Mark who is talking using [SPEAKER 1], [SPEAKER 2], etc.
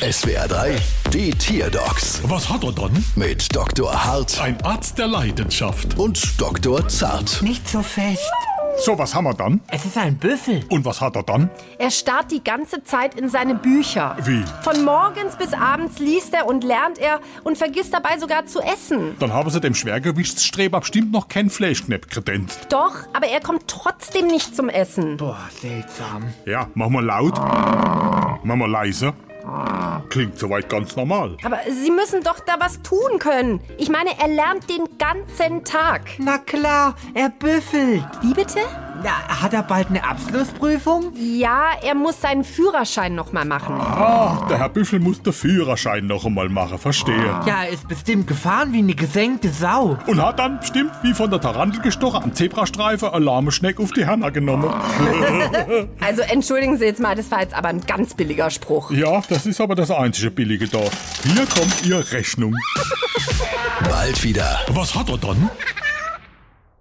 [SPEAKER 1] SWR 3, die Tierdocs
[SPEAKER 2] Was hat er dann?
[SPEAKER 1] mit Dr. Hart
[SPEAKER 2] Ein Arzt der Leidenschaft.
[SPEAKER 1] und Dr. Zart.
[SPEAKER 3] Nicht so fest.
[SPEAKER 2] So, was haben wir dann?
[SPEAKER 3] Es ist ein Büffel.
[SPEAKER 2] Und was hat er dann?
[SPEAKER 4] Er starrt die ganze Zeit in seine Bücher.
[SPEAKER 2] Wie?
[SPEAKER 4] Von morgens bis abends liest er und lernt er und vergisst dabei sogar zu essen.
[SPEAKER 2] Dann haben sie dem Schwergewichtsstreber bestimmt noch kein Fleischknepp kredenzt.
[SPEAKER 4] Doch, aber er kommt trotzdem nicht zum Essen.
[SPEAKER 3] Boah, seltsam.
[SPEAKER 2] Ja, mach mal laut. Mach mal leise. Klingt soweit ganz normal.
[SPEAKER 4] Aber Sie müssen doch da was tun können. Ich meine, er lernt den ganzen Tag.
[SPEAKER 3] Na klar, er büffelt.
[SPEAKER 4] Wie bitte?
[SPEAKER 3] Na, hat er bald eine Abschlussprüfung?
[SPEAKER 4] Ja, er muss seinen Führerschein nochmal machen.
[SPEAKER 2] Ah, der Herr Büffel muss den Führerschein noch einmal machen, verstehe.
[SPEAKER 3] Ja, er ist bestimmt gefahren wie eine gesenkte Sau.
[SPEAKER 2] Und hat dann bestimmt, wie von der Tarantel gestochen, am Zebrastreifen Alarmschneck auf die Hörner genommen.
[SPEAKER 4] Also entschuldigen Sie jetzt mal, das war jetzt aber ein ganz billiger Spruch.
[SPEAKER 2] ja, das ist aber das einzige Billige da. Hier kommt Ihr Rechnung.
[SPEAKER 1] Bald wieder.
[SPEAKER 2] Was hat er dann?